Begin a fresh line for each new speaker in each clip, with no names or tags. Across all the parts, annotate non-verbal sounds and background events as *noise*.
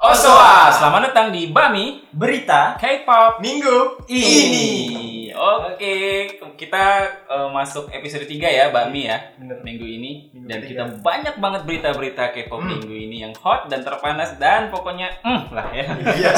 Osoa, selamat datang di Bami
Berita
K-pop
minggu
ini. Oke, kita eh, masuk episode 3 ya Bami ya
Bener.
minggu ini
Minggu
dan kita
ketiga.
banyak banget berita-berita K-pop
Hmm.
minggu ini yang hot dan terpanas dan pokoknya mm lah ya.
Iya.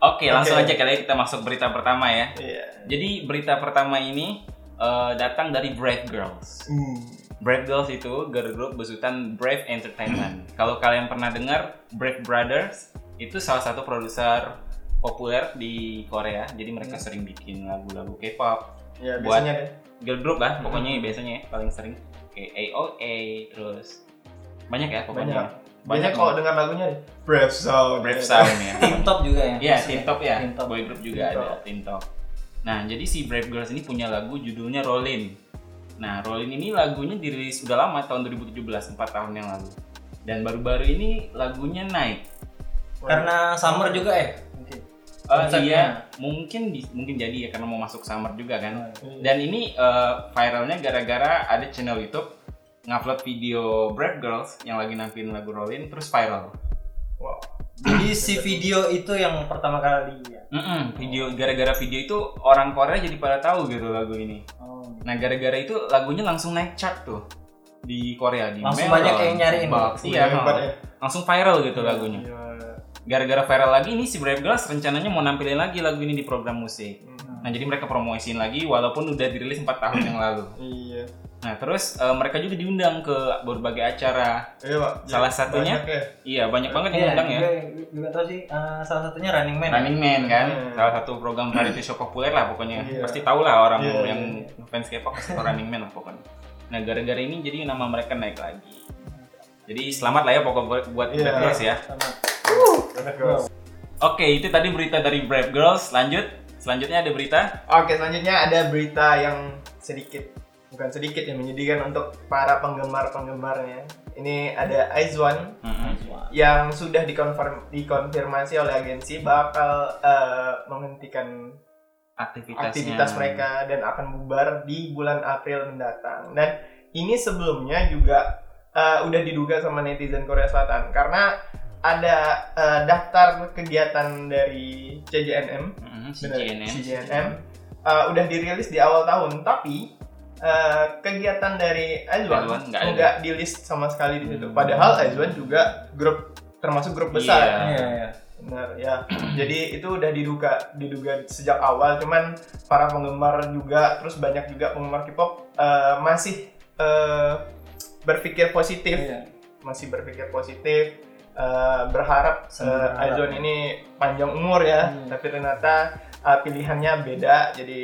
Oke, langsung aja
Oke.
kali ya kita masuk berita pertama ya.
Iya.
Jadi berita pertama ini eh, datang dari Brave Girls.
Hmm.
Brave Girls itu girl group besutan Brave
Hmm.
Entertainment. Kalau kalian pernah dengar Brave Brothers itu salah satu produser populer di Korea. Jadi mereka
Hmm.
sering bikin lagu-lagu K-pop,
Ya
Buat-
biasanya deh.
girl group lah
Hmm.
pokoknya biasanya ya, paling sering kayak AOA terus banyak ya
Banyak.
pokoknya.
Biasanya
Banyak
kalau dengar lagunya deh. Brave Sound.
Brave Sound
*laughs*
ya.
Tim top juga ya.
Iya, Teen Top ya.
Teen Top.
Boy group juga
Teen
ada, Teen Top. Nah, jadi si Brave Girls ini punya lagu judulnya Rollin. Nah, Rollin ini lagunya dirilis sudah lama tahun 2017, 4 tahun yang lalu. Dan baru-baru ini lagunya naik.
Karena summer juga ya.
Mungkin.
Oh
Konsepnya.
iya, mungkin bi- mungkin jadi ya karena mau masuk summer juga kan.
Iya.
Dan ini eh, viralnya gara-gara ada channel YouTube ngupload video Brave Girls yang lagi nampilin lagu Rollin terus viral.
Wow.
Jadi si video itu yang pertama kali ya.
Mm-mm, video gara-gara video itu orang Korea jadi pada tahu gitu lagu ini.
Oh.
Nah gara-gara itu lagunya langsung naik chart tuh di Korea di
Langsung
Melon,
banyak yang nyariin.
Box, iya,
Udah hebat ya.
langsung viral gitu lagunya.
Iya.
Gara-gara viral lagi ini si Brave Girls rencananya mau nampilin lagi lagu ini di program musik.
Hmm.
Nah jadi mereka promosiin lagi walaupun udah dirilis 4 tahun yang lalu.
Iya.
Nah terus eh, mereka juga diundang ke berbagai acara.
Iya, Pak. Iya,
Salah satunya?
banyak ya.
Iya banyak banget yang
Iya,
diundang ya.
juga, juga tau sih eh, salah satunya Running Man.
Running Man kan,
Hmm.
salah satu program variety show populer lah pokoknya.
Iya.
Pasti tau lah orang
Iya,
yang fans K-pop pasti tau Running Man lah pokoknya. Nah gara-gara ini jadi nama mereka naik lagi. Jadi selamat lah ya pokok buat buat
Iya.
Brave Girls ya.
Sama. Uh.
Banyak, ya, guys.
Oke itu tadi berita dari Brave Girls. Lanjut, selanjutnya ada berita.
Oke, selanjutnya ada berita yang sedikit bukan sedikit yang menyedihkan untuk para penggemar-penggemarnya. Ini ada Aizwan
Mm-mm.
yang sudah dikonfirm dikonfirmasi oleh agensi bakal eh, menghentikan
Aktivitasnya.
aktivitas mereka dan akan bubar di bulan April mendatang. Dan ini sebelumnya juga eh, udah diduga sama netizen Korea Selatan karena ada eh, daftar kegiatan dari CJNM,
Mm-mm,
bener,
CJNM.
CJNM, eh, udah dirilis di awal tahun, tapi eh, kegiatan dari Azwan
Azwan nggak ada.
nggak di list sama sekali di situ.
Hmm.
Padahal Azwan juga grup termasuk grup besar.
Iya.
Iya, iya.
Benar ya. *clears throat* Jadi itu udah diduga diduga sejak awal cuman para penggemar juga terus banyak juga penggemar K-pop eh, masih eh, berpikir positif,
Iya.
masih berpikir positif eh, berharap
Sambil
eh,
berharap,
Aizwan
ya.
ini panjang umur ya,
Hmm.
tapi ternyata eh, pilihannya beda. Jadi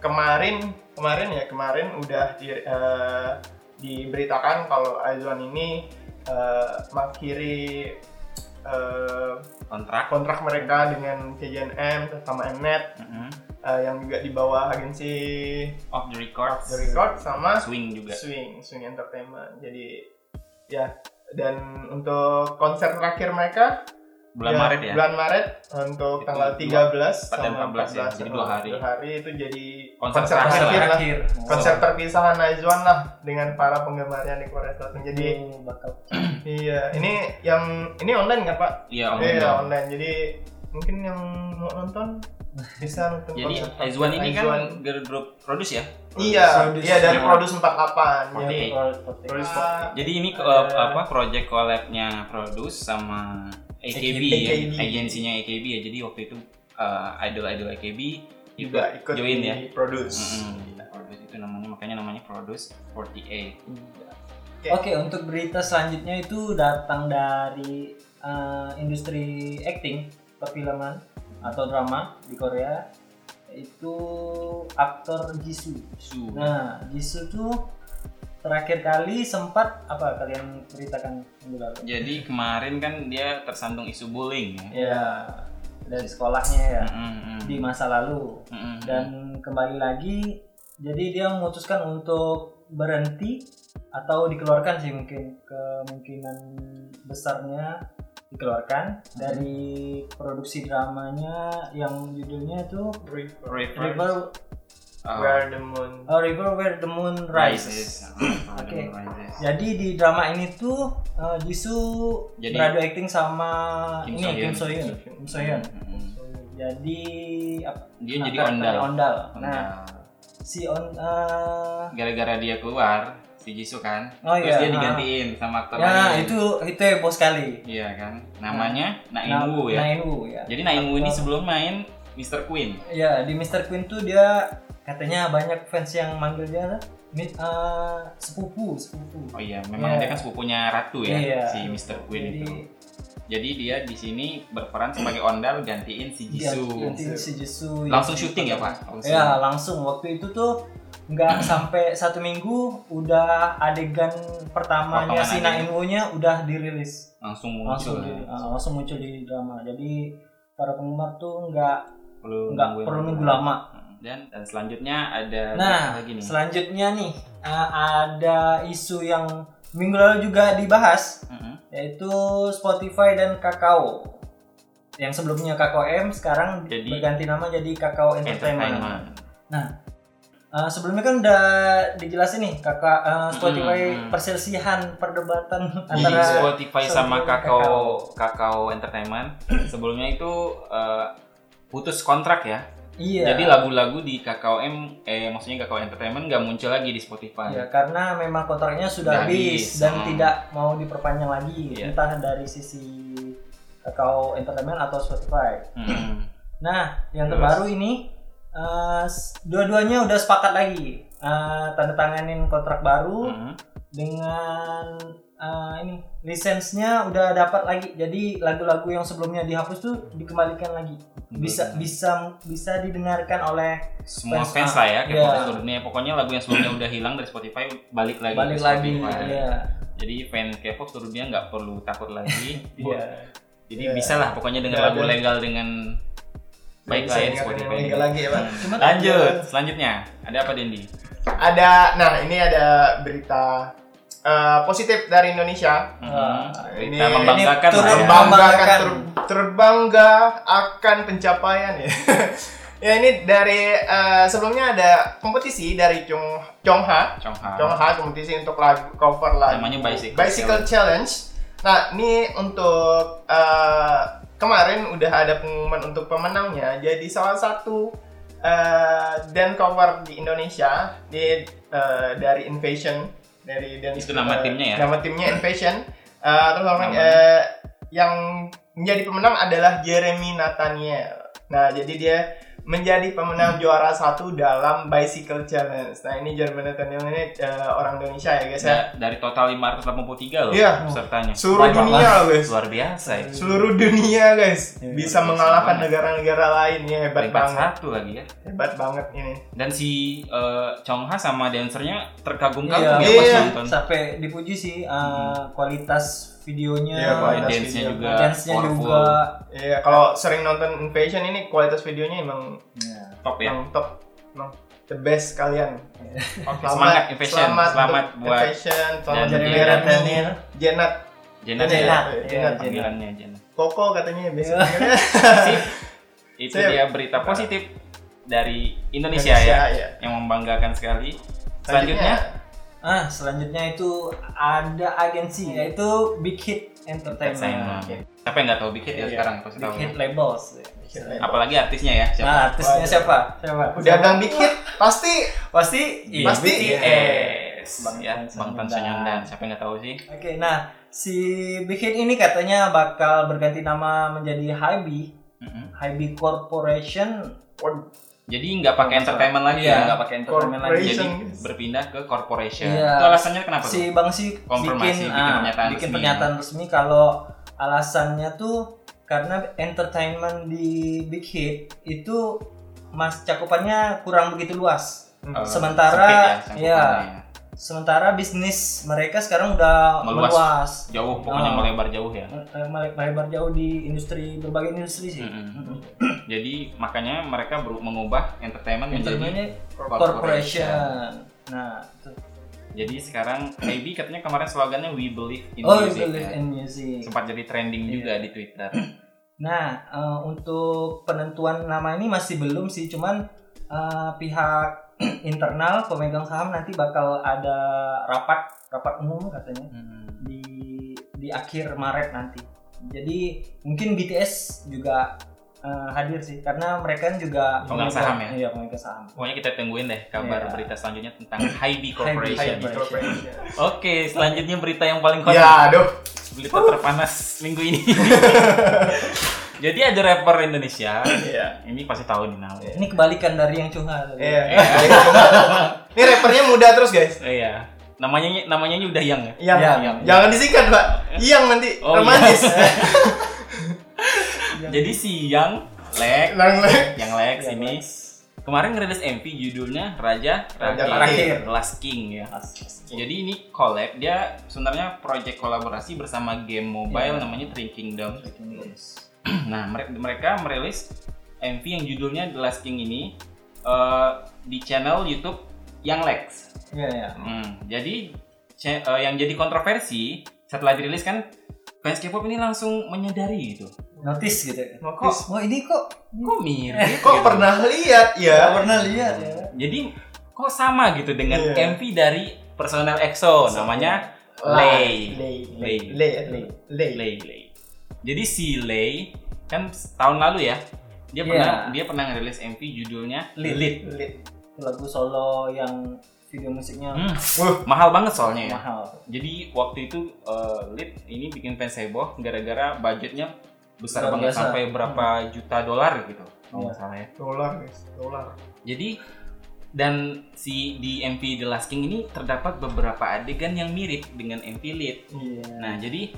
kemarin kemarin ya kemarin udah di, eh, diberitakan kalau Aizwan ini eh, mengakhiri eh,
Kontrak.
kontrak mereka dengan KJNM sama Mnet
Mm-mm.
eh, yang juga di bawah agensi
Off the record.
The Record Iya. sama
Swing juga.
Swing Swing Entertainment. Jadi ya dan untuk konser terakhir mereka
Bulan Maret ya.
Bulan Maret untuk
Itu
tanggal
dua-
13
dan 14 ya, jadi dua hari.
Dua hari itu jadi
Konser terakhir lah.
lah.
Terakhir. Oh.
Konser terpisahan Najwan lah dengan para penggemarnya di Korea Selatan. Jadi
Oh, bakal.
iya, ini yang ini online kan, Pak?
Iya.
Iya,
Hmm. online.
online. Jadi mungkin yang mau nonton bisa nonton
Jadi
konser terakhir
Aizwan ini
Aizwan.
kan girl group produce ya.
Iya,
Produce.
iya dari
Iya.
Produce 48. Iya.
Oke.
Terus
Produce 48.
Jadi ini ke-
Ada-
apa project collabnya Produce sama AKB, ya,
AKB.
agensinya AKB ya. Jadi waktu itu uh, idol-idol AKB
juga
juga
ikut
join
di
ya.
Produce.
Mm-mm. iya, Produce itu namanya makanya namanya Produce 48.
Oke, untuk berita selanjutnya itu datang dari eh, industri acting, perfilman atau drama di Korea. Itu aktor Jisoo.
Su.
Nah, Jisoo tuh terakhir kali sempat apa kalian ceritakan minggu lalu?
Jadi kemarin kan dia tersandung isu bullying ya.
Ya, dari sekolahnya ya
Mm-mm.
di masa lalu
Mm-mm.
dan kembali lagi jadi dia memutuskan untuk berhenti atau dikeluarkan sih mungkin kemungkinan besarnya dikeluarkan dari produksi dramanya yang judulnya itu
Refer-
Refer-
River
Uh,
Where the Moon
A River Where the Moon Rises. *clears throat* Oke. Ya,
Oke.
Jadi di drama ini tuh eh, Jisoo
Jadi-
beradu acting sama
Kim So Hyun.
ini Kim So Hyun. Kim So Hyun. Jadi apa?
Dia jadi
karakternya
ondal.
Ondal. Nah,
Nah,
si on eh,
gara-gara dia keluar si Jisoo kan,
Oh,
terus
iya,
dia
ha.
digantiin sama aktor
ya
lain.
itu itu heboh sekali.
Iya kan. Namanya
Nah,
Naim Woo ya.
Nain Wu, ya.
Jadi Naim Woo ini sebelum main Mr. Queen.
Ya, di Mr. Queen tuh dia katanya banyak fans yang manggil dia mit, eh, sepupu, sepupu.
Oh iya, memang
Iya.
dia kan sepupunya ratu ya
Iya.
si Mr. Queen
Jadi,
itu. Jadi dia di sini berperan sebagai ondal gantiin si
dia
Jisoo.
ganti iya, si Jisoo.
Langsung syuting ya, Pak? Langsung.
Ya, langsung. Waktu itu tuh
*clears throat*
nggak sampai satu minggu udah adegan pertamanya
Potongan
si
adegan.
Nainwo-nya udah dirilis.
Langsung
Langsung
muncul. ya.
di- eh, langsung muncul di drama. Jadi para penggemar tuh nggak
Perlu
nggak
nungguin
perlu
lama.
nunggu lama.
Dan, dan selanjutnya ada
Nah,
lagi nih.
selanjutnya nih uh, ada isu yang minggu lalu juga dibahas
Mm-mm.
yaitu Spotify dan Kakao. Yang sebelumnya Kakao M sekarang
Jadi-
berganti nama jadi Kakao Entertainment.
Entertainment.
Uh, sebelumnya kan udah dijelasin nih Kakak uh, Spotify
Mm-mm.
perselisihan perdebatan
Jadi
antara
Spotify sama
Spotify dan
Kakao Kakao Entertainment sebelumnya itu eh, putus kontrak ya.
iya.
Jadi lagu-lagu di Kakao M eh maksudnya Kakao Entertainment nggak muncul lagi di Spotify.
Ya, karena memang kontraknya
Sudah
sudah habis
habis,
dan
hmm.
tidak mau diperpanjang lagi
Iya.
entah dari sisi Kakao Entertainment atau Spotify.
Mm.
Nah, yang
Terus?
terbaru ini eh, s- dua-duanya udah sepakat lagi Eh, tanda tanganin kontrak baru
Mm.
dengan eh, ini lisensinya udah dapat lagi. Jadi lagu-lagu yang sebelumnya dihapus tuh dikembalikan lagi. Bisa bisa bisa didengarkan oleh
Hmm. semua
fans,
fans
ah,
lah ya kayak
iya.
fans seluruh dunia. Pokoknya lagu yang sebelumnya udah hilang dari Spotify balik lagi
balik
ke
lagi.
Spotify.
Iya.
Jadi fans K-pop seluruh dunia nggak perlu takut
*laughs*
lagi.
Iya.
Jadi
Iya.
bisa lah pokoknya
Nggak
dengar lagu
ada.
legal dengan baik lah ya di
Bisa
Iya,
ingat
Spotify.
yang legal lagi ya pak
Hmm.
Cuma
Lanjut, selanjutnya ada apa Dendi?
ada nah ini ada berita eh, positif dari Indonesia
Ah.
Hmm.
ini-
Kita membanggakan
ini
lah
turun
ya.
bang-
terbangga akan
Membanggakan.
ter- terbangga akan pencapaian ya *laughs* ya ini dari eh, sebelumnya ada kompetisi dari Chong Chongha
Chongha.
Chongha kompetisi untuk lagu cover
Ah.
lagu
Namanya Bicycle
Challenge. Nah, ini untuk eh, kemarin udah ada pengumuman untuk pemenangnya. Jadi salah satu eh, dance cover di Indonesia di eh, dari Invasion dari dance
Itu nama
eh,
timnya ya?
Nama timnya Invasion. Eh, terus orang
Namanya?
eh, yang menjadi pemenang adalah Jeremy Nathaniel. Nah, jadi dia menjadi pemenang
Hmm.
juara satu dalam bicycle challenge. Nah ini Jerman Nathaniel ini eh, orang Indonesia ya guys ya.
Da- dari total 583 loh
Iya.
pesertanya.
Seluruh
Banyak
dunia
banget.
loh, guys.
Luar biasa ya.
Seluruh dunia guys
Iya,
bisa
luar biasa
mengalahkan
banget.
negara-negara lain ya hebat
Peringkat
banget,
satu lagi ya.
hebat banget ini.
Dan si eh, Chongha sama dansernya
Iya,
terkagum-kagum ya
Iya.
pas nonton. Hmm.
sampai dipuji sih eh, kualitas videonya,
Iya, kualitas
Dance-nya
video.
juga
dance-nya
powerful.
juga.
Iya kalau sering nonton Invasion ini kualitas videonya emang
Iya.
Top ya.
emang top, emang the best kalian.
Semangat Invasion. Selamat,
untuk
buat
Invasion, selamat
Dan
Iya.
jadi
Jeremy
Jeremy
Nathaniel.
Jenat,
Jenat ya.
Jenat.
eh,
Iya,
Jenat,
Jenat.
Panggilannya Jenat.
Koko katanya biasanya.
ya. Sip. Itu
Sip.
dia berita positif dari Indonesia, ya.
iya.
Yang membanggakan sekali. Selanjutnya,
Ah, selanjutnya itu ada agensi yaitu Big Hit Entertainment.
Entertainment. Siapa yang nggak tahu Big Hit ya
Iya.
sekarang pasti
Big
tahu.
Hit Labels.
Apalagi artisnya ya. Siapa?
Nah, artisnya
Waduh.
siapa? Siapa?
Udah bilang dikit, pasti
Pasti
Iya.
Pasti
BTS.
Bang
ya,
Tan
Bang Tan
Sanyondan.
Sanyondan. Siapa yang nggak tahu sih?
Oke, nah si Big Hit ini katanya bakal berganti nama menjadi Hybe,
Mm-mm.
Hybe Corporation.
Jadi nggak pakai entertainment lagi ya, nggak pakai
entertainment lagi.
jadi
Corporation.
berpindah ke corporation.
Iya.
Itu alasannya kenapa
si
tuh?
Bang Si
Konfirmasi,
bikin,
bikin
ah,
pernyataan
bikin
resmi.
pernyataan resmi kalau alasannya tuh karena entertainment di Big Hit itu mas cakupannya kurang begitu luas.
Eh,
sementara-
sempit
iya.
cakupannya.
Sementara bisnis mereka sekarang udah
Meluas.
meluas,
Jauh pokoknya
Ah.
melebar jauh ya.
Me- eh, mele- melebar jauh di industri berbagai industri sih. Mm-hmm.
Mm-mm.
Mm-mm.
Jadi makanya mereka beru- mengubah entertainment menjadi
Entertainmentnya corporation. Nah, itu.
Jadi sekarang maybe katanya kemarin slogannya we believe in
oh,
music.
you believe
ya.
in music.
Sempat jadi trending
Iya.
juga di Twitter.
Nah, eh, untuk penentuan nama ini masih belum sih, cuman eh, pihak *clears throat* internal pemegang saham nanti bakal ada rapat rapat umum katanya di di akhir Maret nanti. Jadi mungkin BTS juga eh, hadir sih karena mereka kan juga
Pemegang saham ya?
Iya, pemegang saham.
Pokoknya kita tungguin deh kabar
Iya.
berita selanjutnya tentang Hybe Corporation.
Hybe.
Hybrid corporation.
Oke, selanjutnya berita yang paling
Ya,
konyol.
aduh.
Berita terpanas minggu ini. Jadi ada rapper Indonesia,
Iya.
ini pasti tahu nih namanya.
*laughs* Ini kebalikan dari yang cungal. tadi.
Iya. Ini rappernya muda terus, guys.
Oh iya. Namanya namanya udah yang ya.
Yang,
Yang.
jangan disingkat, Pak. Yang nanti
Oh,
romantis.
Jadi si yang Lex,
Lang lang.
yang
Iya,
Lex ini kemarin ngerilis MV judulnya Raja
Raja
Rakir
Rakir.
Last King ya.
Iya.
Jadi ini collab dia sebenarnya project kolaborasi bersama game mobile
Iya.
namanya Three Kingdom. *clears throat* Nah, mere- mereka merilis MV yang judulnya The Last King ini eh, di channel YouTube yang Lex.
Iya, iya.
Hmm, jadi ce- eh, yang jadi kontroversi setelah dirilis kan fans K-pop ini langsung menyadari gitu.
Notice gitu. ya.
Kok-
Kok, oh ini kok
Kok mirip?
Eh, Kok
gitu.
pernah lihat
nggak
ya?
pernah lihat ya?
Jadi kok sama gitu dengan
Iya.
MV dari personel EXO Oh, namanya Lay.
Lay.
Lay.
Lay. Lay. Lay. Lay.
Lay Lay. Jadi si Lay kan s- tahun lalu ya dia
Iya.
pernah dia pernah ngerilis MV judulnya Lilith.
Lay.
Lagu solo yang video musiknya
Hmm,
Wuh.
mahal banget soalnya ya.
mahal.
Jadi waktu itu eh, Lid ini bikin fans heboh gara-gara budgetnya besar
Luar
banget
biasa. Hmm. Oh.
sampai berapa juta dolar gitu. Kalau nggak salah ya.
Dolar, guys. Dolar.
Jadi dan si di MV The Last King ini terdapat beberapa adegan yang mirip dengan MV Lid.
Iya.
Nah, jadi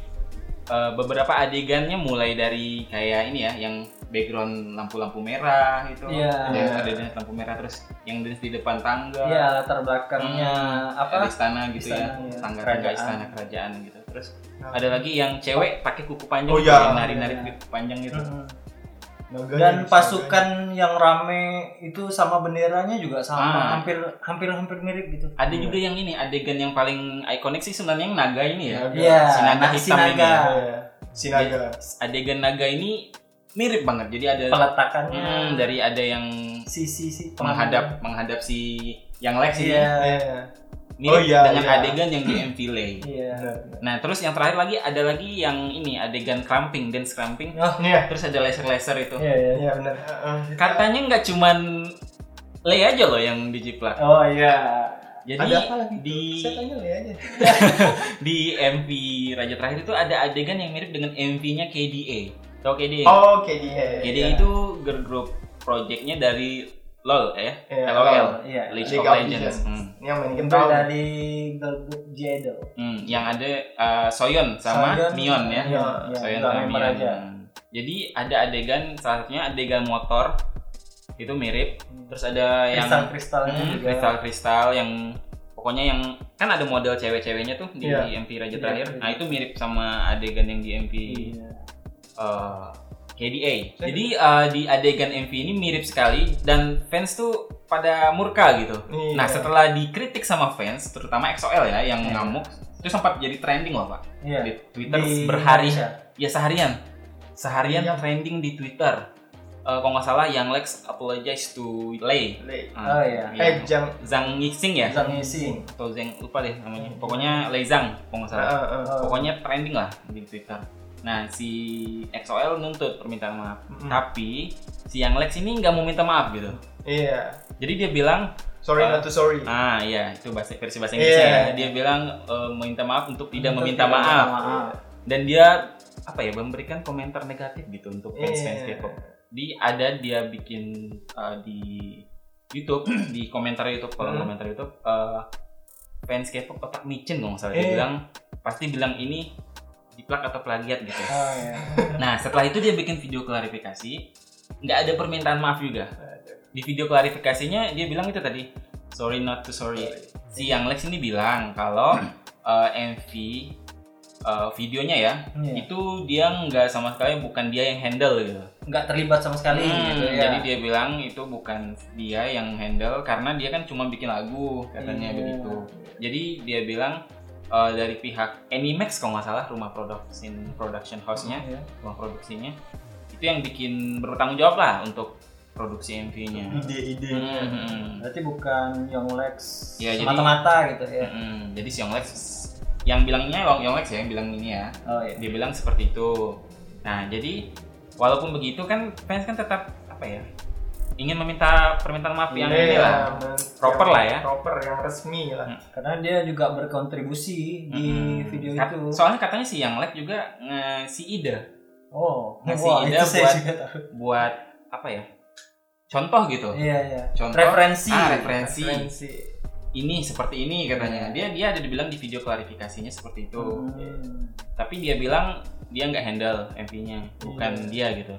eh, beberapa adegannya mulai dari kayak ini ya yang background lampu-lampu merah gitu.
Iya.
Ada adegan lampu merah terus yang dance di depan tangga.
Iya, latar belakangnya apa?
Ada istana gitu
Istana,
ya
iya.
tangga-tangga
Kerajaan.
istana kerajaan gitu terus
Nah,
ada lagi yang cewek pakai kuku panjang
Oh,
gitu,
iya. Hmm.
yang nari-nari
Iya.
kuku panjang gitu
Mm-mm.
Naganya,
Dan
guys,
pasukan yang rame itu sama benderanya juga sama,
Ah.
hampir hampir hampir mirip gitu.
ada
Iya.
juga yang ini adegan yang paling ikonik sih sebenarnya yang naga ini ya
Naga.
Iya,
Sinaga
nah,
hitam
sinaga.
ini ya.
Iya. Sinaga.
adegan naga ini mirip banget jadi ada
Peletakannya
Hmm, dari ada yang
Hmm.
sisi sisi
menghadap menghadap si yang Lex ini
Iya.
Iya.
mirip
Oh, iya,
dengan
iya.
adegan yang di MV Lay.
Iya.
Nah terus yang terakhir lagi ada lagi yang ini adegan cramping dance cramping
Iya.
terus ada laser-laser itu
Iya, iya.
Iya benar. Heeh.
katanya nggak cuman Lay aja loh yang dijiplak
Oh iya.
jadi
Ada apa lagi?
di-
Saya tanya Lay aja.
di MV Raja Terakhir itu ada adegan yang mirip dengan MV-nya KDA. Tau KDA?
Oh, Oke, dia.
KDA itu girl group project-nya dari LOL ya,
Iya,
LOL,
Iya.
League
League
of
of
Legends.
Legends.
Hmm.
Ini yang main
Itu
kental.
dari girl group Jidol.
Hmm, Yang ada uh, Soyeon sama
Soyeon,
Mion ya.
Iya,
Soyeon
Soyeon
sama Mion.
aja.
Hmm. Jadi ada adegan salah satunya adegan motor itu mirip. Terus ada yang
Kristal-kristalnya
Hmm,
juga.
kristal-kristal yang pokoknya yang kan ada model cewek-ceweknya tuh di
Iya.
MV Raja
Iya,
Terakhir.
iya.
Nah, itu mirip sama adegan yang di MV
Iya.
eh, KDA. Jadi eh, di adegan MV ini mirip sekali dan fans tuh pada murka gitu.
Iya.
Nah, setelah dikritik sama fans, terutama XOL ya yang
Iya.
ngamuk, itu sempat jadi trending loh, Pak.
Iya.
Di Twitter
Di Iya.
berhari
Indonesia.
ya seharian. Seharian
Iya.
trending di Twitter. Eh, kalau nggak salah yang Lex apologize to Lay.
Lay.
Ah,
Oh, iya.
Eh, jam.
Zhang Yixing ya?
Zhang Iya. Yixing.
Atau Zhang lupa deh namanya. Pokoknya Lei Zhang kalau nggak salah.
Eh.
Heeh, heeh.
Pokoknya trending lah di Twitter. Nah, si XOL nuntut permintaan maaf.
Mm-mm.
Hmm. Tapi si Yang Lex ini nggak mau minta maaf gitu.
Iya.
Jadi dia bilang,
Sorry
Ah.
not to sorry.
ah iya itu bahasa versi bahasa Inggrisnya
Iya.
ya. Dia bilang e, minta maaf untuk tidak
Untuk
meminta
tidak
maaf.
minta maaf.
Dan dia apa ya memberikan komentar negatif gitu untuk fans fans
Iya.
K-pop. Di ada dia bikin eh, di YouTube *clears throat* di komentar YouTube kalau
Hmm.
komentar YouTube eh, fans K-pop otak micin kalau nggak salah dia
Iya.
bilang pasti bilang ini diplak atau plagiat gitu.
Oh iya.
Nah setelah itu dia bikin video klarifikasi nggak ada permintaan maaf juga di video klarifikasinya dia bilang itu tadi sorry not to sorry si yang Lex ini bilang kalau uh, MV uh, videonya ya
Iya.
itu dia nggak sama sekali bukan dia yang handle gitu.
Nggak terlibat sama sekali
Hmm,
gitu ya.
Jadi dia bilang itu bukan dia yang handle karena dia kan cuma bikin lagu katanya
Iya.
begitu. Jadi dia bilang uh, dari pihak Animax kalau nggak salah rumah production production house-nya
Iya.
rumah produksinya itu yang bikin bertanggung jawab lah untuk produksi MV-nya.
Iya.
ide-ide
Mhm.
Berarti bukan Young Lex
Ya, jadi-
mata-mata gitu ya.
Mhm. Jadi si Young Lex yang bilangnya Young Lex ya yang bilang ini ya.
Oh iya.
Dia bilang seperti itu. Nah, jadi walaupun begitu kan fans kan tetap apa ya? Ingin meminta permintaan maaf yang
Iya,
ini lah.
men-
Proper
yang
lah ya.
proper yang resmi lah
Karena dia juga berkontribusi di
Mhm.
video
Kat-
itu.
Soalnya katanya si Young Lex juga ngasih ide
oh,
ngasih
wah,
ide
itu saya
buat-
juga tahu.
buat apa ya? Contoh gitu.
Iya, iya.
Contoh
Referensi.
ah, referensi.
Referensi.
Ini seperti ini katanya. Dia dia ada dibilang di video klarifikasinya seperti itu.
Hmm.
tapi dia bilang dia nggak handle MV-nya bukan dia
Iya.
gitu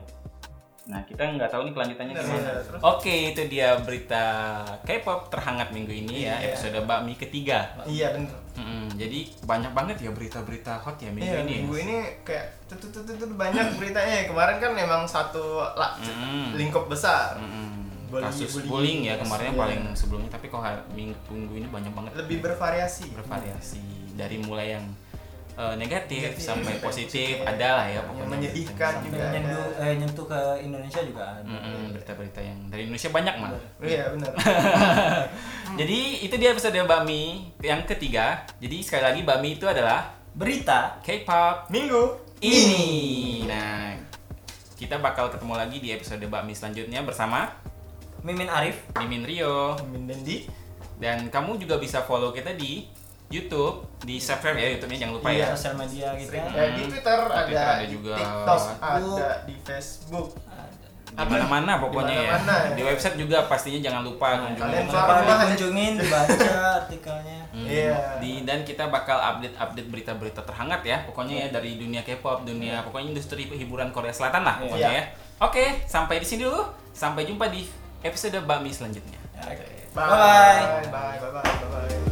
nah kita nggak tahu nih kelanjutannya
Bener,
gimana
Iya, bener. Terus
oke itu dia berita K-pop terhangat minggu ini ya
Iya.
episode bakmi ketiga
iya bener
Mm-mm, jadi banyak banget ya berita-berita hot ya minggu
Iya,
ini
minggu ini kayak tut, tut, tut, tut, banyak beritanya kemarin kan memang satu la-
Mm-mm.
lingkup besar
Mm-mm.
Bullying-
kasus
bullying.
bullying ya kemarin yang
Iya.
paling sebelumnya tapi kok hari- minggu minggu ini banyak banget
lebih bervariasi
Hmm. bervariasi dari mulai yang eh, negatif,
Negatif,
sampai
negatif,
positif
positif.
ada lah ya pokoknya
menyedihkan
Sampai-
juga.
Dan nyentuh, eh, nyentuh ke Indonesia juga ada.
Mm-mm, berita-berita yang dari Indonesia banyak mah
iya
*laughs*
bener
Jadi itu dia episode Bami yang ketiga. Jadi sekali lagi Bami itu adalah
Berita
K-pop
minggu
ini. Nah, kita bakal ketemu lagi di episode Bami selanjutnya bersama
Mimin Arif
Mimin Rio
Amin Dendi
dan kamu juga bisa follow kita di YouTube, di subscribe ya YouTube-nya jangan
Iya.
lupa
di
ya.
sosial media gitu kita.
Ya, di Twitter ada,
Twitter ada
di
juga.
TikTok
Facebook.
ada, di Facebook.
Di mana-mana pokoknya ya.
Di mana-mana ya. Nah,
Di website juga pastinya jangan lupa kunjungi.
kalian
Jangan
keluar
lupa
rumah aja.
dikunjungin, dibaca artikelnya.
Hmm,
Iya.
Di dan kita bakal update-update berita-berita terhangat ya. Pokoknya ya dari dunia K-pop,
Iya.
dunia pokoknya industri hiburan Korea Selatan lah
Iya.
pokoknya ya. Oke, sampai di sini dulu. Sampai jumpa di episode Bakmi selanjutnya.
Ya, Oke.
Bye.
Bye-bye.
Bye bye bye bye. bye.